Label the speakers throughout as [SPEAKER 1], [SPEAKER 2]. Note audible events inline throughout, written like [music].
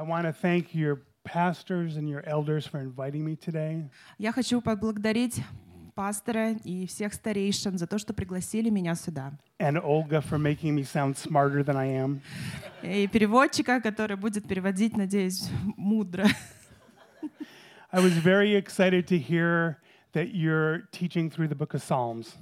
[SPEAKER 1] I want to thank your pastors and your elders for inviting me today.
[SPEAKER 2] Я хочу поблагодарить пастора и всех старейшин за то, что пригласили меня сюда.
[SPEAKER 1] and Olga for making me sound smarter than I am.
[SPEAKER 2] И переводчика, который будет переводить, надеюсь, мудро.
[SPEAKER 1] I was very excited to hear that you're teaching through the book of Psalms.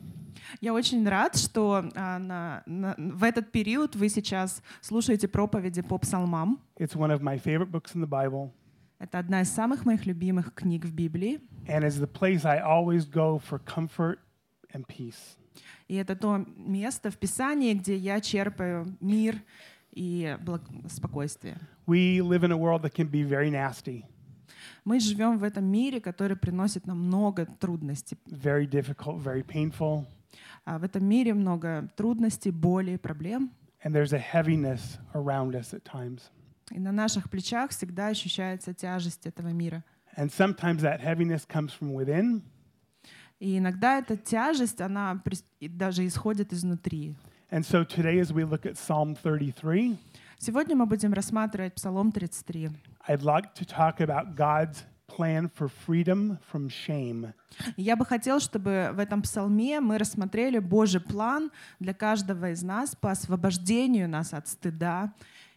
[SPEAKER 2] Я очень рад, что а, на- на- в этот период вы сейчас слушаете проповеди по псалмам.
[SPEAKER 1] It's one of my favorite books in the Bible,
[SPEAKER 2] Это одна из самых моих любимых книг в Библии.
[SPEAKER 1] and is the place I always go for comfort and peace.
[SPEAKER 2] И это то место в Писании, где я черпаю мир и благ- спокойствие.
[SPEAKER 1] We live in a world that can be very nasty,
[SPEAKER 2] Мы живем в этом мире, который приносит нам много трудностей.
[SPEAKER 1] very difficult, very painful,
[SPEAKER 2] А в этом мире много трудностей, боли и проблем.
[SPEAKER 1] and there's a heaviness around us at times.
[SPEAKER 2] И на наших плечах всегда ощущается тяжесть этого мира.
[SPEAKER 1] And sometimes that heaviness comes from within,
[SPEAKER 2] И иногда эта тяжесть, она прис- и даже исходит изнутри.
[SPEAKER 1] and so today as we look at Psalm 33,
[SPEAKER 2] Сегодня мы будем рассматривать Псалом 33.
[SPEAKER 1] I'd like to talk about God's plan for freedom from shame.
[SPEAKER 2] И я бы хотела, чтобы в этом псалме мы рассмотрели Божий план для каждого из нас по освобождению нас от стыда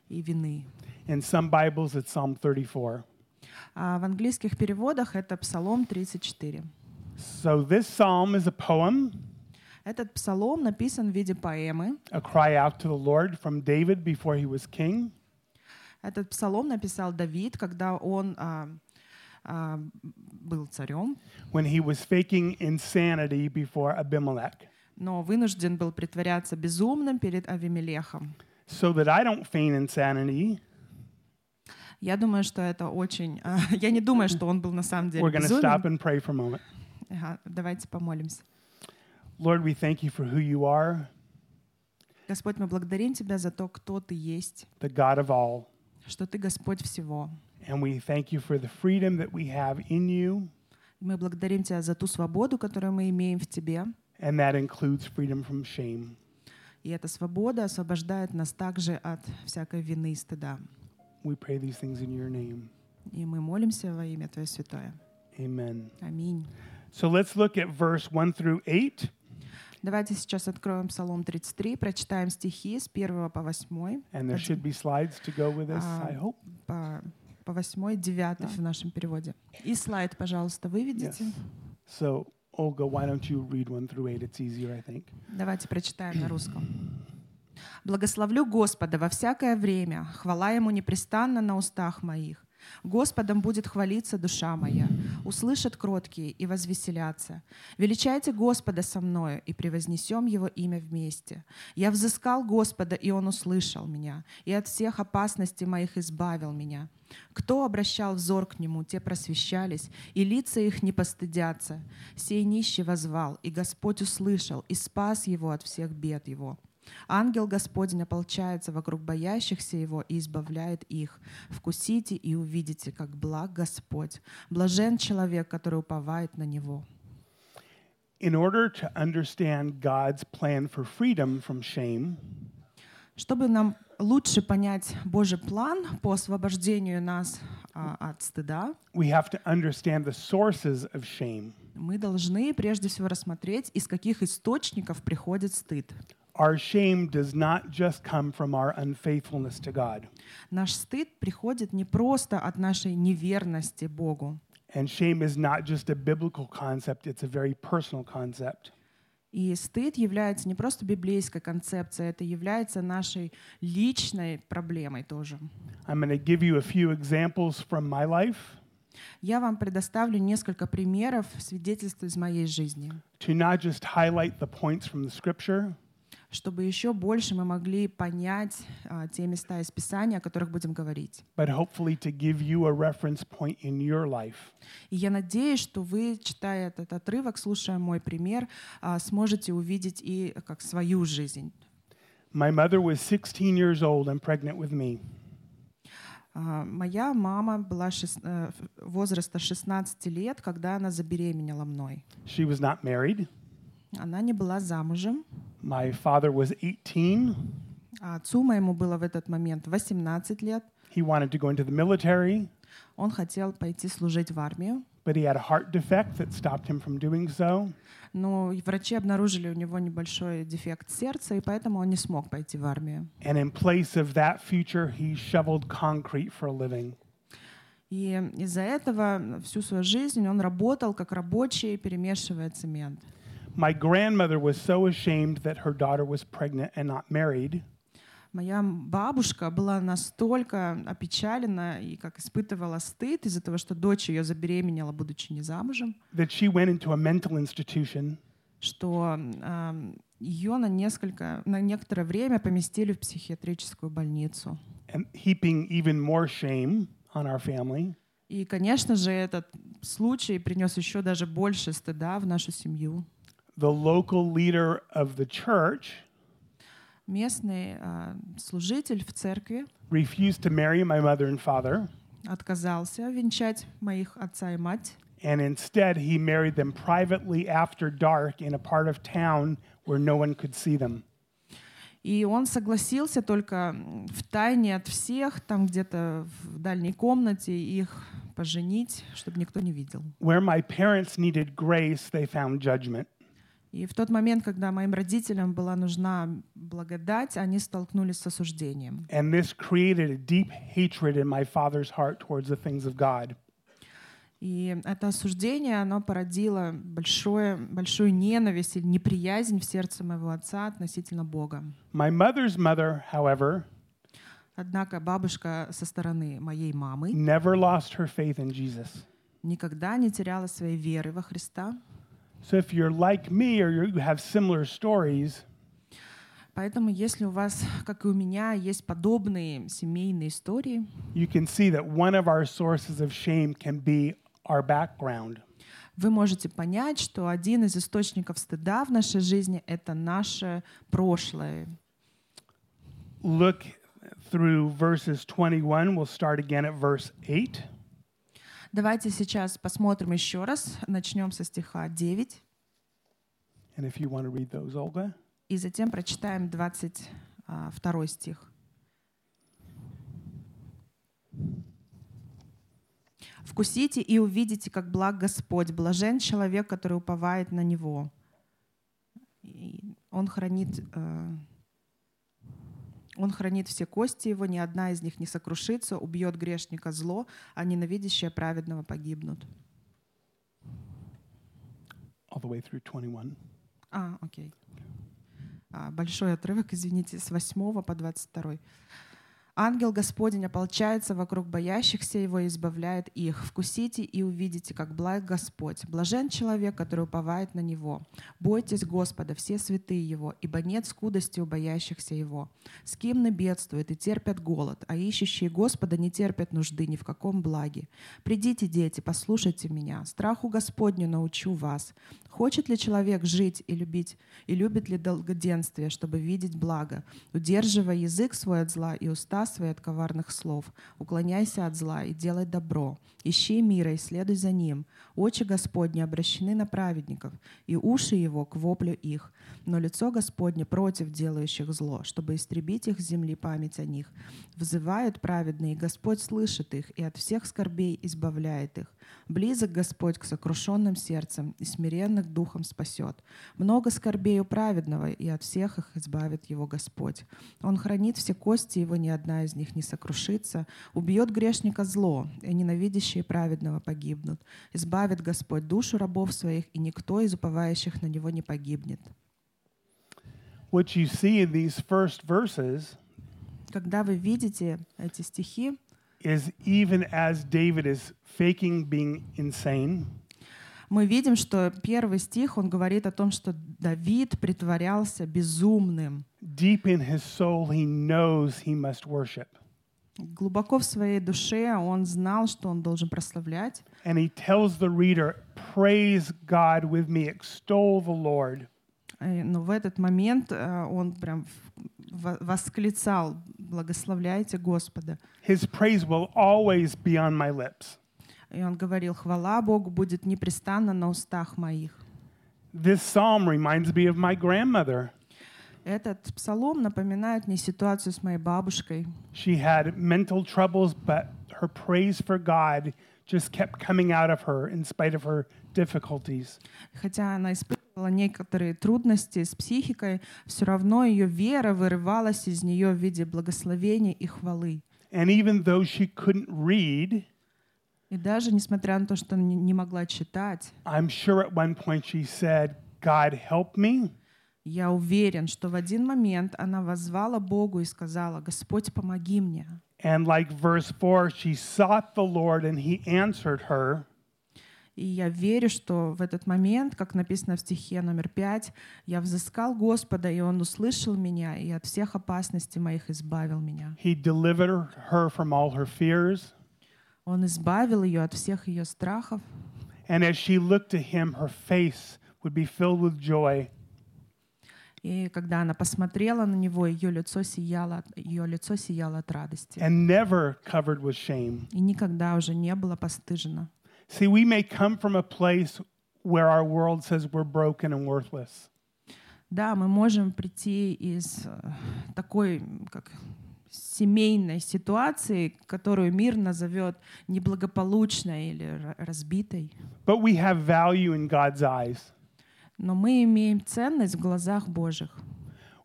[SPEAKER 2] и вины.
[SPEAKER 1] In some Bibles, it's Psalm 34.
[SPEAKER 2] А в английских переводах это Псалом 34.
[SPEAKER 1] So this psalm is a poem,
[SPEAKER 2] Этот псалом написан в виде поэмы.
[SPEAKER 1] a cry out to the Lord from David before he was king.
[SPEAKER 2] Этот псалом написал Давид, когда он а, а, был царем,
[SPEAKER 1] When he was faking insanity before Abimelech,
[SPEAKER 2] но вынужден был притворяться безумным перед Авимелехом.
[SPEAKER 1] so that I don't feign insanity,
[SPEAKER 2] Я думаю, что это очень... а, [laughs] я не думаю, что он был на самом деле
[SPEAKER 1] we're going to
[SPEAKER 2] безумен.
[SPEAKER 1] stop and pray for a moment.
[SPEAKER 2] Ага, давайте помолимся.
[SPEAKER 1] Lord, we thank you for who you are,
[SPEAKER 2] Господь, мы благодарим Тебя за то, кто Ты есть,
[SPEAKER 1] the God of all,
[SPEAKER 2] что Ты Господь всего.
[SPEAKER 1] and we thank you for the freedom that we have in you,
[SPEAKER 2] Мы благодарим Тебя за ту свободу, которую мы имеем в Тебе.
[SPEAKER 1] and that includes freedom from shame.
[SPEAKER 2] И эта свобода освобождает нас также от всякой вины и стыда.
[SPEAKER 1] We pray these things in your name.
[SPEAKER 2] И мы молимся во имя Твое Святое.
[SPEAKER 1] Amen.
[SPEAKER 2] Аминь.
[SPEAKER 1] So let's look at verse 1 through 8.
[SPEAKER 2] Давайте сейчас откроем Псалом 33, прочитаем стихи с 1 по 8,
[SPEAKER 1] And there should be slides to go with this, I
[SPEAKER 2] Um,
[SPEAKER 1] hope.
[SPEAKER 2] по, по 8, 9
[SPEAKER 1] Да.
[SPEAKER 2] в нашем переводе. И слайд, пожалуйста, выведите.
[SPEAKER 1] Yes. So, Olga, why don't you read 1 through 8? It's easier, I think.
[SPEAKER 2] Давайте прочитаем на русском. «Благословлю Господа во всякое время, хвала Ему непрестанно на устах моих. Господом будет хвалиться душа моя, услышат кроткие и возвеселятся. Величайте Господа со мною, и превознесем Его имя вместе. Я взыскал Господа, и Он услышал меня, и от всех опасностей моих избавил меня. Кто обращал взор к Нему, те просвещались, и лица их не постыдятся. Сей нищий возвал, и Господь услышал, и спас его от всех бед его». Ангел Господень ополчается вокруг боящихся Его и избавляет их. Вкусите и увидите, как благ Господь. Блажен человек, который уповает на Него.
[SPEAKER 1] In order to understand God's plan for freedom from shame,
[SPEAKER 2] Чтобы нам лучше понять Божий план по освобождению нас а, от стыда,
[SPEAKER 1] we have to understand the sources of shame.
[SPEAKER 2] мы должны прежде всего рассмотреть, из каких источников приходит стыд.
[SPEAKER 1] Our shame does not just come from our unfaithfulness to God,
[SPEAKER 2] Наш стыд приходит не просто от нашей неверности Богу,
[SPEAKER 1] and shame is not just a biblical concept, it's a very personal concept.
[SPEAKER 2] И стыд является не просто библейской концепцией, это является нашей личной проблемой тоже.
[SPEAKER 1] I'm going to give you a few examples from my life
[SPEAKER 2] Я вам предоставлю несколько примеров свидетельств из моей жизни,
[SPEAKER 1] to not just highlight the points from the scripture,
[SPEAKER 2] чтобы еще больше мы могли понять а, те места из Писания, о которых будем говорить.
[SPEAKER 1] but hopefully to give you a reference point in your life.
[SPEAKER 2] И я надеюсь, что вы, читая этот отрывок, слушая мой пример, а, сможете увидеть и как свою жизнь.
[SPEAKER 1] My mother was 16 years old and pregnant with me.
[SPEAKER 2] А, Моя мама была шест- э, ф- возраста 16 лет, когда она забеременела мной.
[SPEAKER 1] She was not married.
[SPEAKER 2] Она не была замужем.
[SPEAKER 1] My father was 18,
[SPEAKER 2] А Отцу моему было в этот момент 18 лет.
[SPEAKER 1] He wanted to go into the military,
[SPEAKER 2] Он хотел пойти служить в армию,
[SPEAKER 1] but he had a heart defect that stopped him from doing so.
[SPEAKER 2] но и врачи обнаружили у него небольшой дефект сердца, и поэтому он не смог пойти в армию.
[SPEAKER 1] And in place of that future, he shoveled concrete for a living.
[SPEAKER 2] И из-за этого всю свою жизнь он работал как рабочий, перемешивая цемент.
[SPEAKER 1] My grandmother was so ashamed that her daughter was pregnant and not married
[SPEAKER 2] Моя бабушка была настолько опечалена и как испытывала стыд из-за того, что дочь ее забеременела, будучи не замужем,
[SPEAKER 1] that she went into a mental institution
[SPEAKER 2] что ее на несколько, на некоторое время поместили в психиатрическую больницу.
[SPEAKER 1] and heaping even more shame on our family.
[SPEAKER 2] И, конечно же, этот случай принес еще даже больше стыда в нашу семью.
[SPEAKER 1] The local leader of the church
[SPEAKER 2] Местный а, служитель в церкви
[SPEAKER 1] refused to marry my mother and father,
[SPEAKER 2] отказался венчать моих отца и мать.
[SPEAKER 1] and instead he married them privately after dark in a part of town where no one could see them.
[SPEAKER 2] И он согласился только в тайне от всех, там где-то в дальней комнате их поженить, чтобы никто не видел.
[SPEAKER 1] Where my parents needed grace, they found judgment.
[SPEAKER 2] И в тот момент, когда моим родителям была нужна благодать, они столкнулись с осуждением.
[SPEAKER 1] And this created a deep hatred in my father's heart towards the things of God.
[SPEAKER 2] И это осуждение, оно породило большое, большую ненависть и неприязнь в сердце моего отца относительно Бога.
[SPEAKER 1] My mother's mother, however,
[SPEAKER 2] Однако бабушка со стороны моей мамы
[SPEAKER 1] never lost her faith in Jesus.
[SPEAKER 2] никогда не теряла своей веры во Христа.
[SPEAKER 1] So if you're like me or you have similar stories,
[SPEAKER 2] Поэтому если у вас, как и у меня, есть подобные семейные истории,
[SPEAKER 1] you can see that one of our sources of shame can be our background.
[SPEAKER 2] вы можете понять, что один из источников стыда в нашей жизни — это наше прошлое.
[SPEAKER 1] Look through verses 21. We'll start again at verse 8.
[SPEAKER 2] Давайте сейчас посмотрим еще раз. Начнем со стиха 9
[SPEAKER 1] And if you want to read those, Olga.
[SPEAKER 2] и затем прочитаем 22 стих. «Вкусите и увидите, как благ Господь, блажен человек, который уповает на Него». И он хранит, э, он хранит все кости его, ни одна из них не сокрушится, убьет грешника зло, а ненавидящие праведного погибнут.
[SPEAKER 1] all the way through 21.
[SPEAKER 2] А, окей. А, большой отрывок, извините, с 8 по 22. Ангел Господень ополчается вокруг боящихся его и избавляет их. Вкусите и увидите, как благ Господь. Блажен человек, который уповает на Него. Бойтесь Господа, все святые Его, ибо нет скудости у боящихся Его. Скимны бедствуют и терпят голод, а ищущие Господа не терпят нужды ни в каком благе. Придите, дети, послушайте меня. Страху Господню научу вас. Хочет ли человек жить и любить, и любит ли долгоденствие, чтобы видеть благо? Удерживая язык свой от зла и уста свои от коварных слов, уклоняйся от зла и делай добро. Ищи мира и следуй за ним. Очи Господни обращены на праведников, и уши его к воплю их. Но лицо Господне против делающих зло, чтобы истребить их с земли память о них. Взывают праведные, и Господь слышит их, и от всех скорбей избавляет их. Близок Господь к сокрушенным сердцем, и смиренных духом спасет. Много скорбей у праведного, и от всех их избавит его Господь. Он хранит все кости его, ни одна из них не сокрушится. Убьет грешника зло, и ненавидящие праведного погибнут. Избавит Господь душу рабов своих, и никто из уповающих на него не погибнет.
[SPEAKER 1] What you see in these first verses
[SPEAKER 2] Когда вы видите эти стихи,
[SPEAKER 1] is even as David is faking being insane,
[SPEAKER 2] мы видим, что первый стих, он говорит о том, что Давид притворялся безумным.
[SPEAKER 1] deep in his soul, he knows he must worship.
[SPEAKER 2] Глубоко в своей душе он знал, что он должен прославлять.
[SPEAKER 1] And he tells the reader, Praise God with me, extol the Lord.
[SPEAKER 2] Э, Но в этот момент э, он прям в- во- восклицал «Благословляйте Господа».
[SPEAKER 1] His praise will always be on my lips.
[SPEAKER 2] И он говорил «Хвала Богу будет непрестанно на устах моих».
[SPEAKER 1] This psalm reminds me of my grandmother.
[SPEAKER 2] Этот псалом напоминает мне ситуацию с моей бабушкой.
[SPEAKER 1] She had mental troubles, but her praise for God just kept coming out of her in spite of her difficulties.
[SPEAKER 2] Хотя она испытывала некоторые трудности с психикой, все равно ее вера вырывалась из нее в виде благословений и хвалы.
[SPEAKER 1] And even though she couldn't read,
[SPEAKER 2] И даже несмотря на то, что она не- не могла читать,
[SPEAKER 1] I'm sure at one point she said, God help me.
[SPEAKER 2] я уверен, что в один момент она воззвала Богу и сказала, «Господь, помоги мне».
[SPEAKER 1] And like verse 4, she sought the Lord and he answered her.
[SPEAKER 2] И я верю, что в этот момент, как написано в стихе номер пять, я взыскал Господа, и Он услышал меня, и от всех опасностей моих избавил меня.
[SPEAKER 1] He delivered her from all her fears.
[SPEAKER 2] Он избавил ее от всех ее страхов.
[SPEAKER 1] And as she looked to him, her face would be filled with joy.
[SPEAKER 2] И когда она посмотрела на него, ее лицо сияло, ее лицо сияло от радости.
[SPEAKER 1] and never covered with shame.
[SPEAKER 2] И никогда уже не было постыжена.
[SPEAKER 1] See, we may come from a place where our world says we're broken and worthless,
[SPEAKER 2] Да, мы можем прийти из э, такой м, как семейной ситуации, которую мир назовет неблагополучной или ра- разбитой.
[SPEAKER 1] but we have value in God's eyes.
[SPEAKER 2] Но мы имеем ценность в глазах Божьих.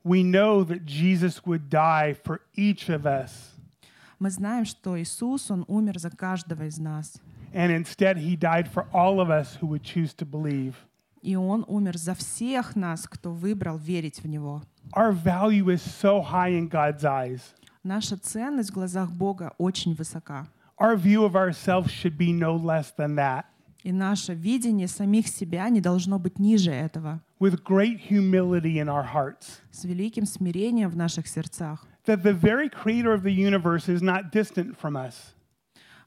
[SPEAKER 1] We know that Jesus would die for each of us,
[SPEAKER 2] Мы знаем, что Иисус, Он умер за каждого из нас.
[SPEAKER 1] and instead, he died for all of us who would choose to believe.
[SPEAKER 2] И Он умер за всех нас, кто выбрал верить в Него.
[SPEAKER 1] Our value is so high in God's eyes.
[SPEAKER 2] Наша ценность в глазах Бога очень высока.
[SPEAKER 1] Our view of ourselves should be no less than that.
[SPEAKER 2] И наше видение самих себя не должно быть ниже этого,
[SPEAKER 1] With great humility in our hearts,
[SPEAKER 2] с великим смирением в наших сердцах.
[SPEAKER 1] that the very creator of the universe is not distant from us.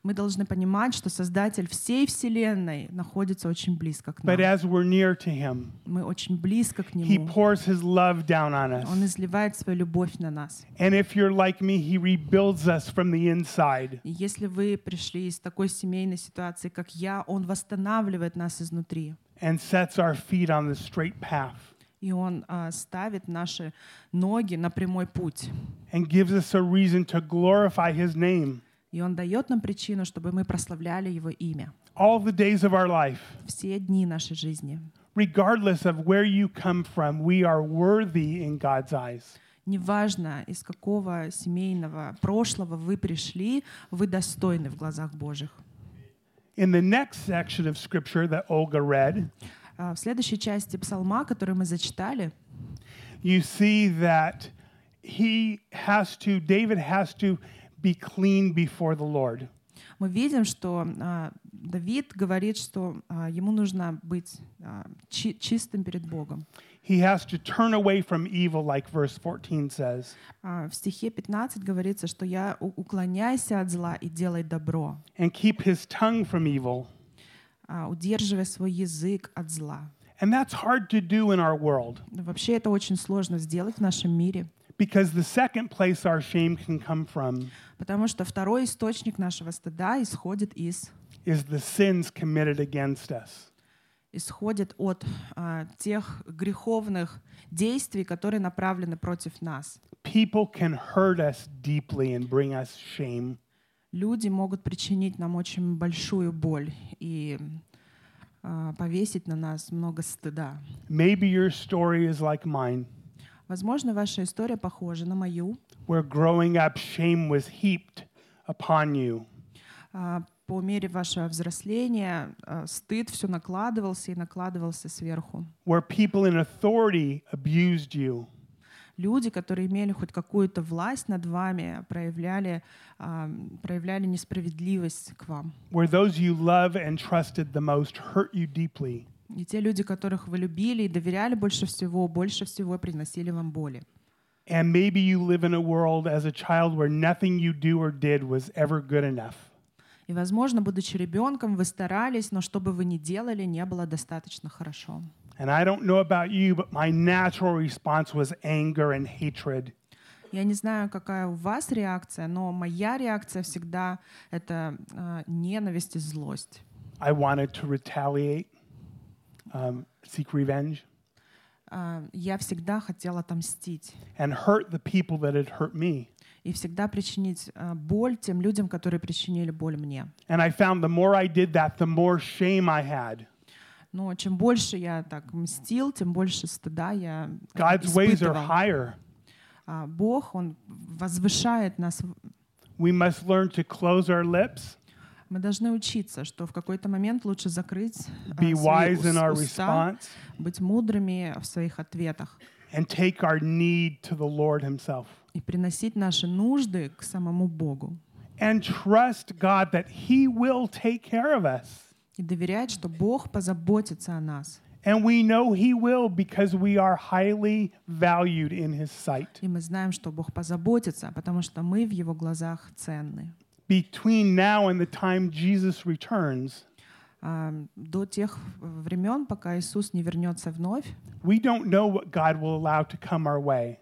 [SPEAKER 2] Мы должны понимать, что Создатель всей Вселенной находится очень близко к
[SPEAKER 1] But
[SPEAKER 2] нам.
[SPEAKER 1] as we're near to him,
[SPEAKER 2] Мы очень близко к
[SPEAKER 1] he
[SPEAKER 2] Нему.
[SPEAKER 1] pours his love down on
[SPEAKER 2] Он
[SPEAKER 1] us.
[SPEAKER 2] изливает свою любовь на нас.
[SPEAKER 1] And if you're like me, he rebuilds us from the inside.
[SPEAKER 2] И Если вы пришли из такой семейной ситуации, как я, Он восстанавливает нас изнутри.
[SPEAKER 1] And sets our feet on the straight path
[SPEAKER 2] И Он а, ставит наши ноги на прямой путь.
[SPEAKER 1] and gives us a reason to glorify his name
[SPEAKER 2] И Он дает нам причину, чтобы мы прославляли Его имя
[SPEAKER 1] all the days of our life.
[SPEAKER 2] все дни нашей жизни.
[SPEAKER 1] Regardless of where you come from, we are worthy in God's eyes.
[SPEAKER 2] Неважно, из какого семейного прошлого вы пришли, вы достойны в глазах Божьих.
[SPEAKER 1] In the next section of scripture that Olga read,
[SPEAKER 2] А, В следующей части псалма, который мы зачитали,
[SPEAKER 1] you see that he has to, David has to be clean before the Lord.
[SPEAKER 2] мы видим, что а, Давид говорит, что а, ему нужно быть а, чи- чистым перед Богом.
[SPEAKER 1] He has to turn away from evil, like verse 14 says,
[SPEAKER 2] А, В стихе 15 говорится, что я у- уклоняйся от зла и делай добро,
[SPEAKER 1] and keep his tongue from evil.
[SPEAKER 2] а, удерживая свой язык от зла.
[SPEAKER 1] And that's hard to do in our world
[SPEAKER 2] Вообще это очень сложно сделать в нашем мире,
[SPEAKER 1] because the second place our shame can come from
[SPEAKER 2] потому что второй источник нашего стыда исходит из
[SPEAKER 1] is the sins committed against us.
[SPEAKER 2] исходит от а, тех греховных действий, которые направлены против нас.
[SPEAKER 1] People can hurt us deeply and bring us shame.
[SPEAKER 2] Люди могут причинить нам очень большую боль и а, повесить на нас много стыда.
[SPEAKER 1] Maybe your story is like mine,
[SPEAKER 2] Возможно, ваша история похожа на мою,
[SPEAKER 1] where growing up, shame was heaped upon you.
[SPEAKER 2] А, по мере вашего взросления а, стыд все накладывался и накладывался сверху.
[SPEAKER 1] Where people in authority abused you,
[SPEAKER 2] Люди, которые имели хоть какую-то власть над вами, проявляли, а, проявляли несправедливость к вам.
[SPEAKER 1] where those you love and trusted the most hurt you deeply.
[SPEAKER 2] И те люди, которых вы любили и доверяли больше всего, больше всего приносили вам боли.
[SPEAKER 1] And maybe you live in a world as a child where nothing you do or did was ever good enough.
[SPEAKER 2] И, возможно, будучи ребенком, вы старались, но что бы вы ни делали, не было достаточно хорошо.
[SPEAKER 1] And I don't know about you, but my natural response was anger and hatred.
[SPEAKER 2] Я не знаю, какая у вас реакция, но моя реакция всегда — это а, ненависть и злость.
[SPEAKER 1] I wanted to retaliate, um, seek revenge.
[SPEAKER 2] а, я всегда хотел отомстить
[SPEAKER 1] and hurt the people that had hurt me.
[SPEAKER 2] и всегда причинить а, боль тем людям, которые причинили боль мне.
[SPEAKER 1] And I found the more I did that, the more shame I had.
[SPEAKER 2] Но чем больше я так мстил, тем больше стыда я э,
[SPEAKER 1] God's ways are
[SPEAKER 2] испытывал.
[SPEAKER 1] higher.
[SPEAKER 2] А Бог, Он возвышает нас.
[SPEAKER 1] We must learn to close our lips,
[SPEAKER 2] Мы должны учиться, что в какой-то момент лучше закрыть э,
[SPEAKER 1] be
[SPEAKER 2] свои
[SPEAKER 1] wise in
[SPEAKER 2] ус-
[SPEAKER 1] our
[SPEAKER 2] уста,
[SPEAKER 1] response,
[SPEAKER 2] быть мудрыми в своих ответах
[SPEAKER 1] and take our need to the Lord Himself.
[SPEAKER 2] и приносить наши нужды к самому Богу.
[SPEAKER 1] And trust God that He will take care of us.
[SPEAKER 2] И доверять, что Бог позаботится о нас.
[SPEAKER 1] And we know He will because we are highly valued in His sight.
[SPEAKER 2] И мы знаем, что Бог позаботится, потому что мы в Его глазах ценны.
[SPEAKER 1] Between now and the time Jesus returns,
[SPEAKER 2] А, До тех времен, пока Иисус не вернется вновь,
[SPEAKER 1] we don't know what God will allow to come our way,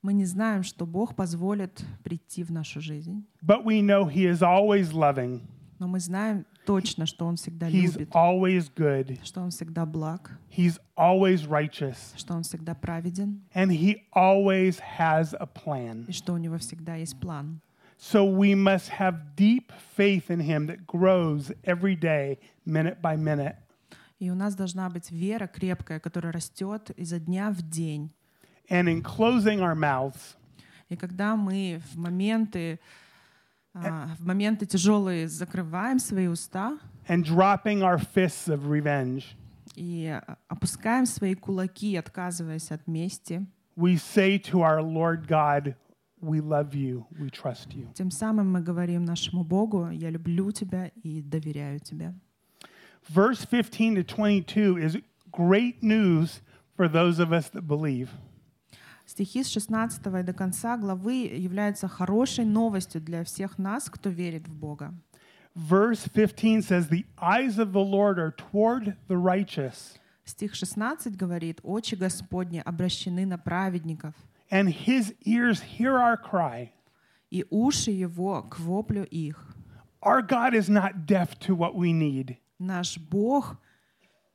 [SPEAKER 2] мы не знаем, что Бог позволит прийти в нашу жизнь.
[SPEAKER 1] but we know He is always loving,
[SPEAKER 2] Но мы знаем точно, что Он всегда
[SPEAKER 1] He's
[SPEAKER 2] любит,
[SPEAKER 1] always good,
[SPEAKER 2] что Он всегда благ,
[SPEAKER 1] He's always righteous,
[SPEAKER 2] что Он всегда праведен
[SPEAKER 1] and He always has a
[SPEAKER 2] и
[SPEAKER 1] plan.
[SPEAKER 2] что у Него всегда есть план.
[SPEAKER 1] So we must have deep faith in Him that grows every day, minute by minute.
[SPEAKER 2] И у нас должна быть вера крепкая, которая растет изо дня в день.
[SPEAKER 1] And in closing our mouths,
[SPEAKER 2] И когда мы в моменты, а, в моменты тяжелые закрываем свои уста
[SPEAKER 1] and dropping our fists of revenge,
[SPEAKER 2] и опускаем свои кулаки, отказываясь от мести,
[SPEAKER 1] we say to our Lord God, We love you, we trust you.
[SPEAKER 2] тем самым мы говорим нашему Богу, я люблю тебя и доверяю тебе.
[SPEAKER 1] Verse 15 to 22 is great news for those of us that believe.
[SPEAKER 2] Стихи с 16 и до конца главы являются хорошей новостью для всех нас, кто верит в Бога.
[SPEAKER 1] Verse 15 says, The eyes of the Lord are toward the righteous,
[SPEAKER 2] Стих 16 говорит, «Очи Господни обращены на праведников,
[SPEAKER 1] and his ears hear our cry.
[SPEAKER 2] и уши Его к воплю их».
[SPEAKER 1] Our God is not deaf to what we need,
[SPEAKER 2] Наш Бог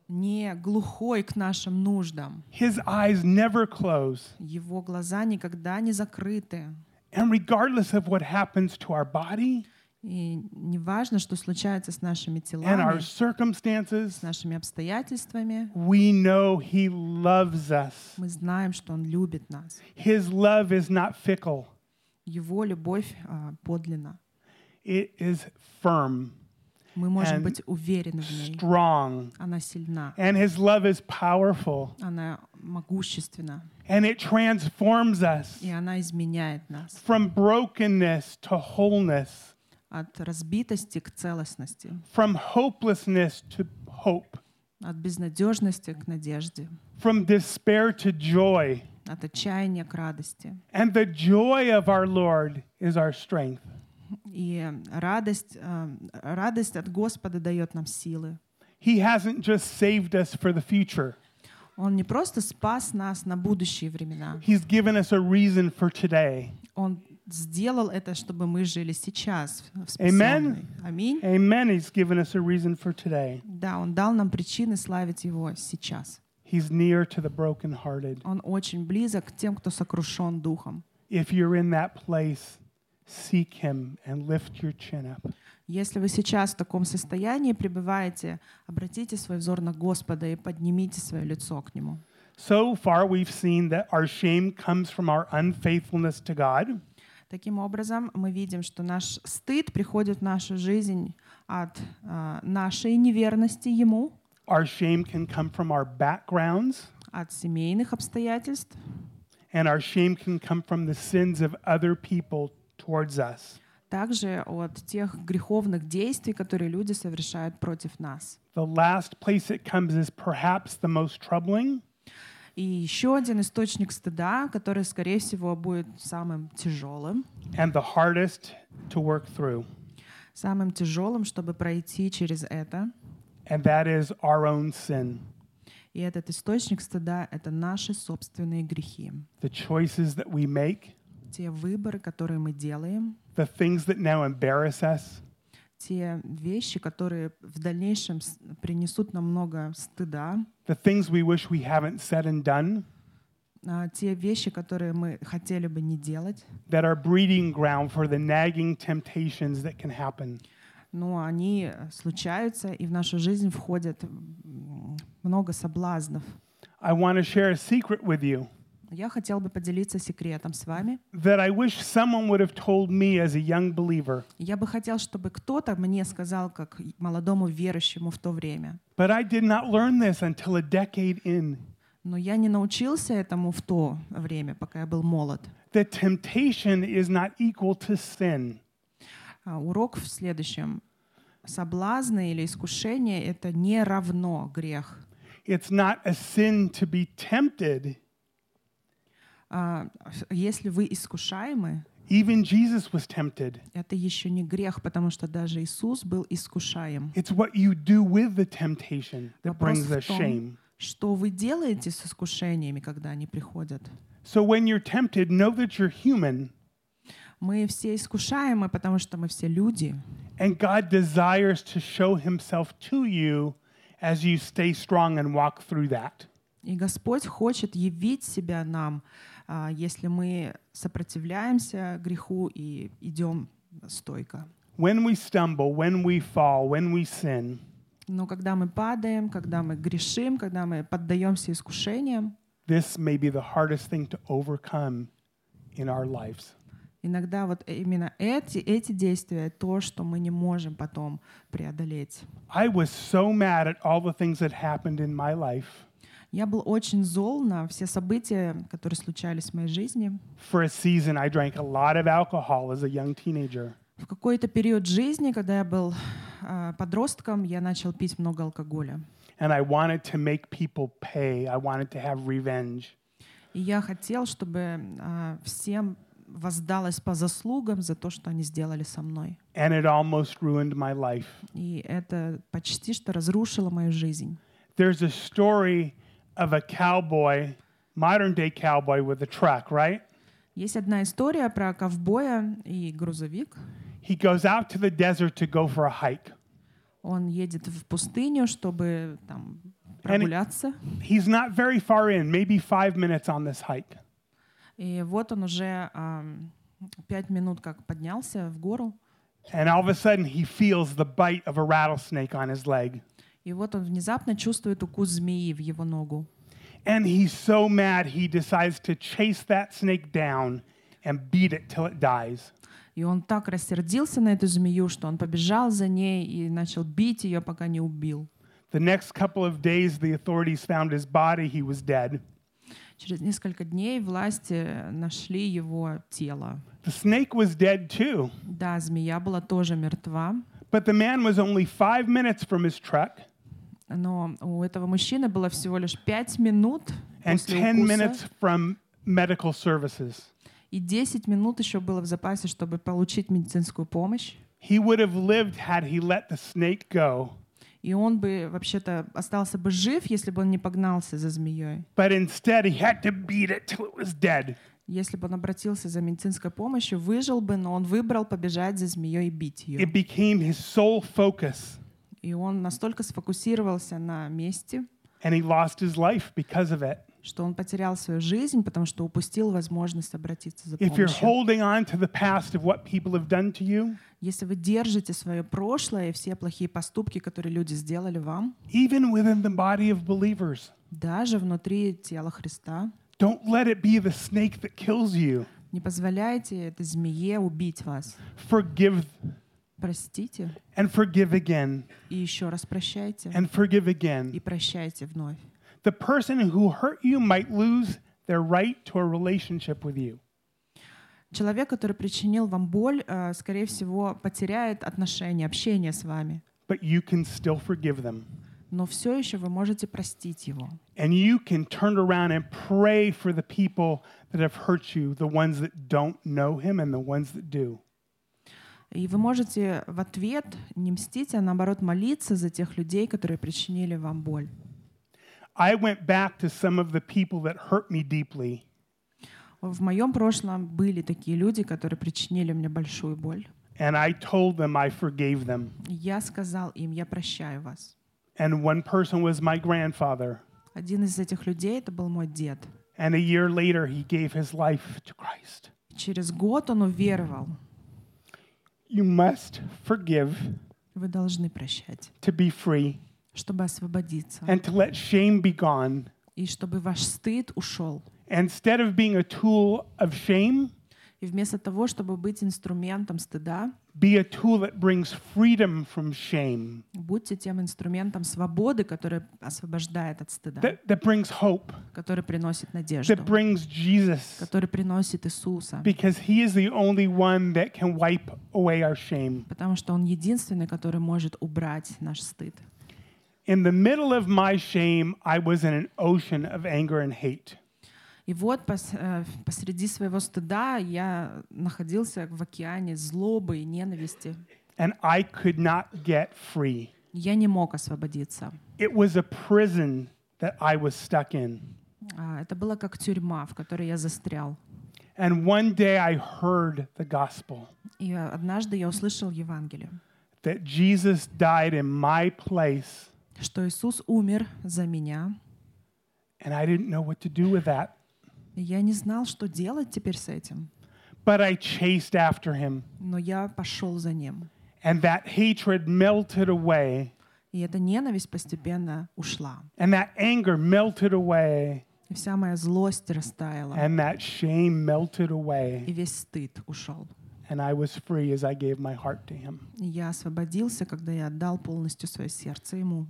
[SPEAKER 2] не глухой к нашим нуждам.
[SPEAKER 1] his eyes never close.
[SPEAKER 2] Его глаза никогда не закрыты.
[SPEAKER 1] And regardless of what happens to our body
[SPEAKER 2] И неважно, что случается с нашими
[SPEAKER 1] and our
[SPEAKER 2] телами, с
[SPEAKER 1] circumstances,
[SPEAKER 2] нашими обстоятельствами,
[SPEAKER 1] we know he loves us.
[SPEAKER 2] мы знаем, что Он любит нас.
[SPEAKER 1] His love is not fickle,
[SPEAKER 2] Его любовь а, подлинна.
[SPEAKER 1] it is firm,
[SPEAKER 2] Мы можем
[SPEAKER 1] And
[SPEAKER 2] быть уверены в ней.
[SPEAKER 1] strong,
[SPEAKER 2] Она сильна,
[SPEAKER 1] and his love is powerful,
[SPEAKER 2] она могущественна,
[SPEAKER 1] and it transforms us
[SPEAKER 2] и она изменяет нас
[SPEAKER 1] from brokenness to wholeness,
[SPEAKER 2] от разбитости к целостности,
[SPEAKER 1] from hopelessness to hope,
[SPEAKER 2] от безнадежности к надежде,
[SPEAKER 1] from despair to joy.
[SPEAKER 2] от отчаяния к радости.
[SPEAKER 1] And the joy of our Lord is our strength.
[SPEAKER 2] И радость, э, радость от Господа дает нам силы.
[SPEAKER 1] He hasn't just saved us for the future.
[SPEAKER 2] Он не просто спас нас на будущие времена,
[SPEAKER 1] He's given us a reason for today.
[SPEAKER 2] Он сделал это, чтобы мы жили сейчас, в спасенной. Аминь.
[SPEAKER 1] Amen. He's given us a reason for today.
[SPEAKER 2] Да, Он дал нам причины славить Его сейчас.
[SPEAKER 1] He's near to the brokenhearted.
[SPEAKER 2] Он очень близок к тем, кто сокрушен духом.
[SPEAKER 1] If you're in that place, seek him and lift your chin up.
[SPEAKER 2] Если вы сейчас в таком состоянии пребываете, обратите свой взор на Господа и поднимите свое лицо к Нему.
[SPEAKER 1] So far, we've seen that our shame comes from our unfaithfulness to God,
[SPEAKER 2] Таким образом, мы видим, что наш стыд приходит в нашу жизнь от а, нашей неверности Ему,
[SPEAKER 1] our shame can come from our backgrounds,
[SPEAKER 2] от семейных обстоятельств,
[SPEAKER 1] and our shame can come from the sins of other people towards us.
[SPEAKER 2] также от тех греховных действий, которые люди совершают против нас.
[SPEAKER 1] The last place it comes is perhaps the most troubling,
[SPEAKER 2] И еще один источник стыда, который, скорее всего, будет самым тяжелым,
[SPEAKER 1] and the hardest to work through,
[SPEAKER 2] самым тяжелым, чтобы пройти через это.
[SPEAKER 1] and that is our own sin,
[SPEAKER 2] И этот источник стыда — это наши собственные грехи.
[SPEAKER 1] the choices that we make,
[SPEAKER 2] Те выборы, которые мы делаем,
[SPEAKER 1] the things that now embarrass us,
[SPEAKER 2] те вещи, которые в дальнейшем с- принесут нам много стыда,
[SPEAKER 1] the things we wish we haven't said and done
[SPEAKER 2] а, те вещи, которые мы хотели бы не делать,
[SPEAKER 1] that are breeding ground for the nagging temptations that can happen.
[SPEAKER 2] но они э, случаются, и в нашу жизнь входит м, много соблазнов.
[SPEAKER 1] I want to share a secret with you
[SPEAKER 2] Я хотел бы поделиться секретом с вами.
[SPEAKER 1] that I wish someone would have told me as a young believer,
[SPEAKER 2] Я бы хотел, чтобы кто-то мне сказал, как молодому верующему в то время.
[SPEAKER 1] but I did not learn this until a decade in.
[SPEAKER 2] Но я не научился этому в то время, пока я был молод.
[SPEAKER 1] That temptation is not equal to sin.
[SPEAKER 2] А, Урок в следующем. Соблазны или искушение — это не равно грех.
[SPEAKER 1] It's not a sin to be tempted.
[SPEAKER 2] А, ф- Если вы искушаемы,
[SPEAKER 1] Even Jesus was tempted.
[SPEAKER 2] это еще не грех, потому что даже Иисус был искушаем.
[SPEAKER 1] It's what you do with the temptation that
[SPEAKER 2] Вопрос
[SPEAKER 1] brings
[SPEAKER 2] в
[SPEAKER 1] us
[SPEAKER 2] том,
[SPEAKER 1] shame.
[SPEAKER 2] Что вы делаете с искушениями, когда они приходят?
[SPEAKER 1] So when you're tempted, know that you're human
[SPEAKER 2] Мы все искушаемы, потому что мы все люди.
[SPEAKER 1] and God desires to show himself to you as you stay strong and walk through that.
[SPEAKER 2] И Господь хочет явить себя нам, а, если мы сопротивляемся греху и идем стойко.
[SPEAKER 1] When we stumble, when we fall, when we sin,
[SPEAKER 2] Но когда мы падаем, когда мы грешим, когда мы поддаемся искушениям,
[SPEAKER 1] this may be the hardest thing to overcome in our lives.
[SPEAKER 2] иногда вот именно эти, эти действия — то, что мы не можем потом преодолеть.
[SPEAKER 1] I was so mad at all the things that happened in my life
[SPEAKER 2] Я был очень зол на все события, которые случались в моей жизни.
[SPEAKER 1] For a season, I drank a lot of alcohol as a young teenager.
[SPEAKER 2] В какой-то период жизни, когда я был а, подростком, я начал пить много алкоголя.
[SPEAKER 1] And I wanted to make people pay. I wanted to have revenge.
[SPEAKER 2] И я хотел, чтобы а, всем воздалось по заслугам за то, что они сделали со мной.
[SPEAKER 1] And it almost ruined my life.
[SPEAKER 2] И это почти что разрушило мою жизнь.
[SPEAKER 1] There's a story of a cowboy, modern day cowboy with a truck, right?
[SPEAKER 2] Есть одна история про ковбоя и грузовик.
[SPEAKER 1] He goes out to the desert to go for a hike.
[SPEAKER 2] Он едет в пустыню, чтобы там прогуляться.
[SPEAKER 1] He's not very far in, maybe five minutes on this hike.
[SPEAKER 2] И вот он уже ам, пять минут как поднялся в гору.
[SPEAKER 1] And all of a sudden, he feels the bite of a rattlesnake on his leg.
[SPEAKER 2] И вот он внезапно чувствует укус змеи в его ногу.
[SPEAKER 1] And he's so mad, he decides to chase that snake down and beat it till it dies.
[SPEAKER 2] И он так рассердился на эту змею, что он побежал за ней и начал бить ее, пока не убил.
[SPEAKER 1] The next couple of days, the authorities found his body. He was dead.
[SPEAKER 2] Через несколько дней власти нашли его тело.
[SPEAKER 1] The snake was dead too,
[SPEAKER 2] Да, змея была тоже мертва,
[SPEAKER 1] but the man was only five minutes from his truck
[SPEAKER 2] но у этого мужчины было всего лишь пять минут
[SPEAKER 1] and
[SPEAKER 2] после
[SPEAKER 1] 10
[SPEAKER 2] укуса,
[SPEAKER 1] minutes from medical services.
[SPEAKER 2] и 10 минут еще было в запасе, чтобы получить медицинскую помощь.
[SPEAKER 1] He would have lived had he let the snake go,
[SPEAKER 2] И он бы вообще-то остался бы жив, если бы он не погнался за змеей.
[SPEAKER 1] but instead he had to beat it till it was dead.
[SPEAKER 2] Если бы он обратился за медицинской помощью, выжил бы, но он выбрал побежать за змеей и бить ее.
[SPEAKER 1] It became his sole focus,
[SPEAKER 2] И он настолько сфокусировался на месте,
[SPEAKER 1] and he lost his life because of it.
[SPEAKER 2] что он потерял свою жизнь, потому что упустил возможность обратиться за
[SPEAKER 1] If you're
[SPEAKER 2] помощью.
[SPEAKER 1] holding on to the past of what people have done to you,
[SPEAKER 2] Если вы держите свое прошлое и все плохие поступки, которые люди сделали вам,
[SPEAKER 1] even within the body of believers,
[SPEAKER 2] даже внутри тела Христа,
[SPEAKER 1] don't let it be the snake that kills you.
[SPEAKER 2] не позволяйте этой змее убить вас.
[SPEAKER 1] Forgive
[SPEAKER 2] Простите
[SPEAKER 1] and forgive again
[SPEAKER 2] и еще раз прощайте.
[SPEAKER 1] and forgive
[SPEAKER 2] И
[SPEAKER 1] again.
[SPEAKER 2] прощайте вновь.
[SPEAKER 1] The person who hurt you might lose their right to a relationship with you.
[SPEAKER 2] Человек, который причинил вам боль, э, скорее всего, потеряет отношения, общение с вами.
[SPEAKER 1] But you can still forgive them.
[SPEAKER 2] Но все еще вы можете простить его.
[SPEAKER 1] And you can turn around and pray for the people that have hurt you, the ones that don't know him and the ones that do.
[SPEAKER 2] И вы можете в ответ не мстить, а наоборот молиться за тех людей, которые причинили вам боль.
[SPEAKER 1] I went back to some of the people that hurt me deeply.
[SPEAKER 2] В моем прошлом были такие люди, которые причинили мне большую боль.
[SPEAKER 1] And I told them I forgave them.
[SPEAKER 2] Я сказал им, я прощаю вас.
[SPEAKER 1] And one person was my grandfather.
[SPEAKER 2] Один из этих людей, это был мой дед.
[SPEAKER 1] And a year later, he gave his life to Christ.
[SPEAKER 2] Через год он уверовал.
[SPEAKER 1] You must forgive
[SPEAKER 2] Вы должны прощать,
[SPEAKER 1] to be free
[SPEAKER 2] чтобы освободиться.
[SPEAKER 1] and to let shame be gone.
[SPEAKER 2] И чтобы ваш стыд ушел.
[SPEAKER 1] Instead of being a tool of shame,
[SPEAKER 2] И вместо того, чтобы быть инструментом стыда,
[SPEAKER 1] be a tool that brings freedom from shame,
[SPEAKER 2] будьте тем инструментом свободы, который освобождает от стыда,
[SPEAKER 1] that, that brings hope,
[SPEAKER 2] который приносит надежду,
[SPEAKER 1] that brings Jesus,
[SPEAKER 2] который приносит Иисуса.
[SPEAKER 1] because he is the only one that can wipe away our shame.
[SPEAKER 2] Потому что Он единственный, который может убрать наш стыд.
[SPEAKER 1] In the middle of my shame, I was in an ocean of anger and hate.
[SPEAKER 2] И вот пос- э, посреди своего стыда я находился в океане злобы и ненависти.
[SPEAKER 1] and I could not get free.
[SPEAKER 2] Я не мог освободиться.
[SPEAKER 1] It was a prison that I was stuck in.
[SPEAKER 2] А, Это было как тюрьма, в которой я застрял.
[SPEAKER 1] And one day I heard the gospel
[SPEAKER 2] И э, однажды я услышал Евангелие,
[SPEAKER 1] that Jesus died in my place,
[SPEAKER 2] что Иисус умер за меня.
[SPEAKER 1] and I didn't know what to do with that.
[SPEAKER 2] И я не знал, что делать теперь с этим,
[SPEAKER 1] But I chased after him,
[SPEAKER 2] но я пошел за ним.
[SPEAKER 1] and that hatred melted away,
[SPEAKER 2] И эта ненависть постепенно ушла.
[SPEAKER 1] and that anger melted away,
[SPEAKER 2] И вся моя злость растаяла,
[SPEAKER 1] and that shame melted
[SPEAKER 2] и
[SPEAKER 1] away,
[SPEAKER 2] весь стыд ушел.
[SPEAKER 1] and I was free as I gave my heart to him.
[SPEAKER 2] И я освободился, когда я отдал полностью свое сердце ему.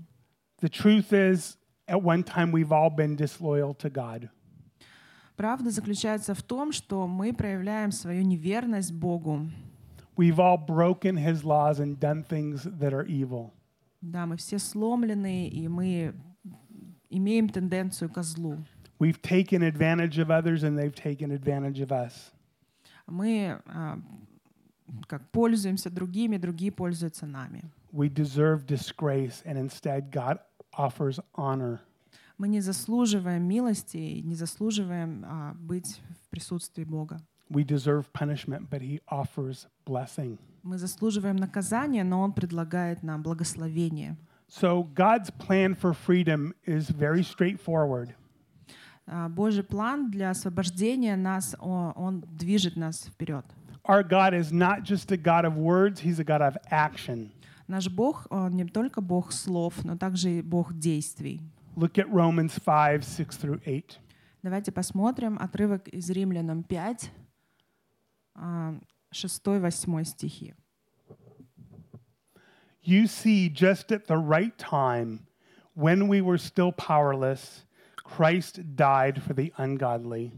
[SPEAKER 1] The truth is, at one time, we've all been disloyal to God.
[SPEAKER 2] Правда заключается в том, что мы проявляем свою неверность Богу.
[SPEAKER 1] We've all broken his laws and done things that are evil.
[SPEAKER 2] Да, мы все сломлены, и мы имеем тенденцию ко злу.
[SPEAKER 1] We've taken advantage of others and they've taken advantage of us.
[SPEAKER 2] Мы а, как пользуемся другими, другие пользуются нами.
[SPEAKER 1] We deserve disgrace and instead God offers honor.
[SPEAKER 2] Мы не заслуживаем милости и не заслуживаем а, быть в присутствии Бога.
[SPEAKER 1] We deserve punishment, but he offers blessing.
[SPEAKER 2] Мы заслуживаем наказания, но Он предлагает нам благословение.
[SPEAKER 1] So God's plan for freedom is very straightforward.
[SPEAKER 2] А, Божий план для освобождения нас, о- он движет нас вперед.
[SPEAKER 1] Our God is not just a God of words, he's a God of action.
[SPEAKER 2] Наш Бог, он не только Бог слов, но также и Бог действий.
[SPEAKER 1] Look at Romans 5 6 through 8.
[SPEAKER 2] Давайте посмотрим отрывок из Римлянам 5, 6-8 стихи.
[SPEAKER 1] You see, just at the right time, when we were still powerless, Christ died for the ungodly.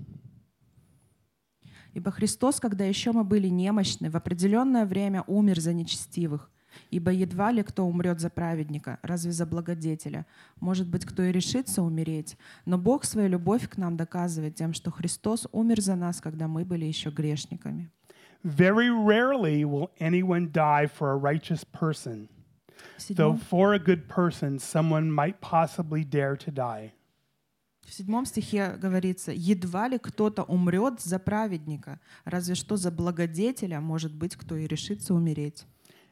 [SPEAKER 2] «Ибо Христос, когда еще мы были немощны, в определенное время умер за нечестивых. Ибо едва ли кто умрет за праведника, разве за благодетеля? Может быть, кто и решится умереть. Но Бог свою любовь к нам доказывает тем, что Христос умер за нас, когда мы были еще грешниками.
[SPEAKER 1] Very rarely will anyone die for a righteous person,
[SPEAKER 2] В седьмом,
[SPEAKER 1] though for a good person, someone might possibly dare to die.
[SPEAKER 2] в седьмом стихе говорится, «Едва ли кто-то умрет за праведника, разве что за благодетеля, может быть, кто и решится умереть».